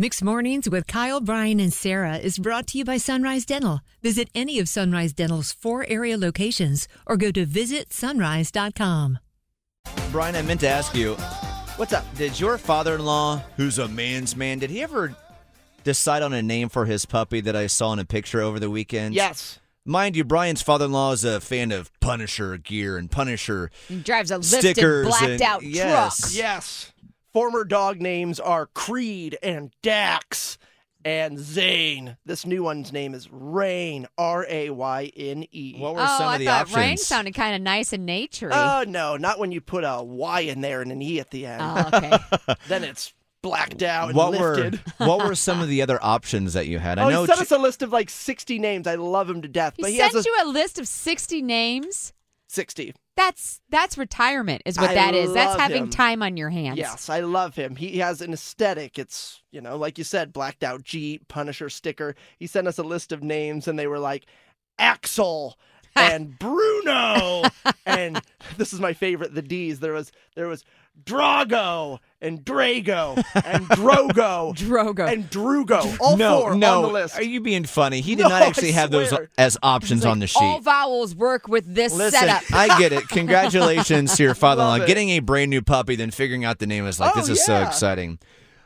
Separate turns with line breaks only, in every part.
Mixed Mornings with Kyle, Brian, and Sarah is brought to you by Sunrise Dental. Visit any of Sunrise Dental's four area locations or go to visitsunrise.com.
Brian, I meant to ask you, what's up? Did your father-in-law, who's a man's man, did he ever decide on a name for his puppy that I saw in a picture over the weekend?
Yes.
Mind you, Brian's father-in-law is a fan of Punisher gear and Punisher
He drives a lifted,
stickers
blacked
and-
out
yes.
truck.
Yes. Former dog names are Creed and Dax and Zane. This new one's name is Rain. R A Y N E.
What were
Oh,
some
I
of the
thought
options?
rain sounded kind of nice and naturey.
Oh no, not when you put a Y in there and an E at the end.
oh, okay.
Then it's blacked out and
Uh, what
lifted.
were what were some of the other options that you had?
Oh,
I know
he sent
J-
us a list of like 60 names. I love him to death,
He
but he
sent
has a
you a list of sixty names.
60.
That's that's retirement, is what
I
that is. That's
love
having
him.
time on your hands.
Yes, I love him. He has an aesthetic. It's, you know, like you said, blacked out Jeep, Punisher sticker. He sent us a list of names and they were like Axel and Bruno and this is my favorite, the D's. There was there was Drago and Drago and Drogo
Drogo.
and Drugo. All
no,
four
no.
on the list.
Are you being funny? He did
No,
not actually
I
have those
swear.
as options on the sheet.
All vowels work with this
Listen,
setup.
I get it. Congratulations to your father-in-law.
Love it.
Getting a brand new puppy, then figuring out the name. It's like
Oh,
this is so
yeah.
exciting.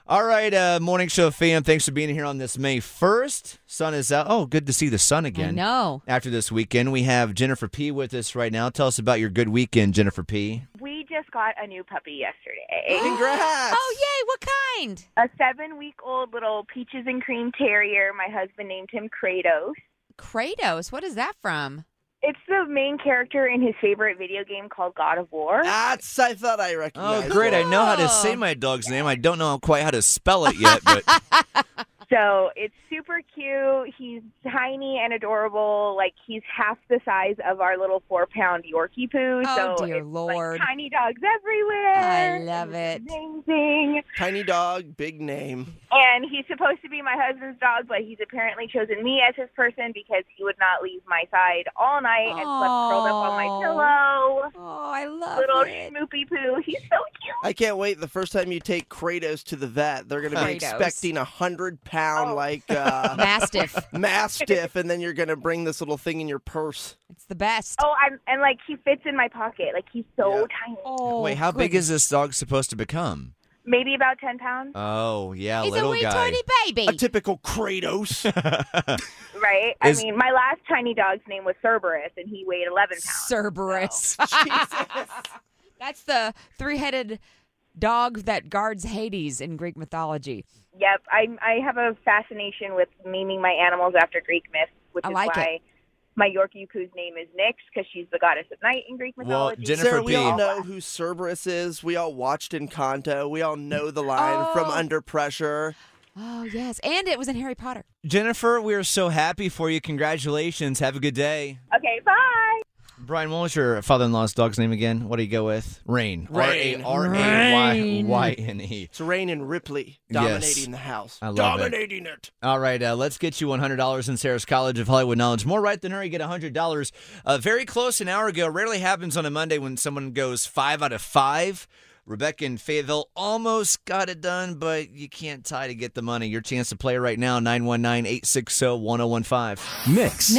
All right, uh, morning show fam. Thanks for being here on this May first. Sun is out. Oh, good to see the sun
I
again.
know.
After this weekend, we have Jennifer P with us right now. Tell us about your good weekend, Jennifer P.
We just got a new puppy yesterday.
Congrats.
Oh yay! What kind?
a seven week old little peaches and cream terrier. My husband named him Kratos.
Kratos. What is that from?
It's the main character in his favorite video game called God of War.
Ah.
That's I thought I
Oh,
recognized.
great! I
that.
know how to
Cool.
say my dog's name. I don't know quite how to spell it yet, but
So it's super cute. He's tiny and adorable. Like he's half the size of our little four pound Yorkie poo.
Oh,
so
dear
it's, like,
Lord.
tiny dogs everywhere.
I love
It's
it.
Amazing.
Tiny dog, big name.
And he's supposed to be my husband's dog, but he's apparently chosen me as his person because he would not leave my side all night and slept curled up on my
Aw.
pillow.
Oh, I love
Little
it.
schmoopy poo. He's so cute.
I can't wait. The first time you take Kratos to the vet, they're going to be
Kratos.
expecting a hundred pound
Oh.
like uh,
Mastiff.
mastiff, and then you're going to bring this little thing in your purse.
It's the best.
Oh, I'm, and like he fits in my pocket. Like he's so
Yeah.
tiny.
Oh,
wait, how big
goodness.
is this dog supposed to become?
Maybe about 10 pounds,
Oh, yeah,
He's a
little
wee
guy.
tiny baby.
A typical Kratos.
Uh,
right?
Is-
I mean, my last tiny dog's name was Cerberus, and he weighed 11 pounds.
Cerberus. That's the three-headed dog that guards Hades in Greek mythology.
Yep. I, I have a fascination with naming my animals after Greek myths, which
I
is
like it.
why my Yorkie poo's name is Nyx because she's the goddess of night in Greek
Well,
mythology.
Jennifer
Sarah, we
P.
all know who Cerberus is. We all watched Encanto. We all know the line from
Oh.
Under Pressure.
Oh yes, and it was in Harry Potter.
Jennifer, we are so happy for you. Congratulations. Have a good day.
Okay, bye.
Brian, what was your father-in-law's dog's name again? What do you go with? Rain.
Rain.
R A Y Y N E.
It's Rain and Ripley
Yes.
dominating the house.
I love it.
dominating it.
All right, uh, let's get you $100 in Sarah's College of Hollywood Knowledge. More right than her, you get $100. Uh, very close an hour ago. Rarely happens on a Monday when someone goes five out of five. Rebecca in Fayetteville almost got it done, but you can't tie to get the money. Your chance to play right now, 919 860 1015.
Mix.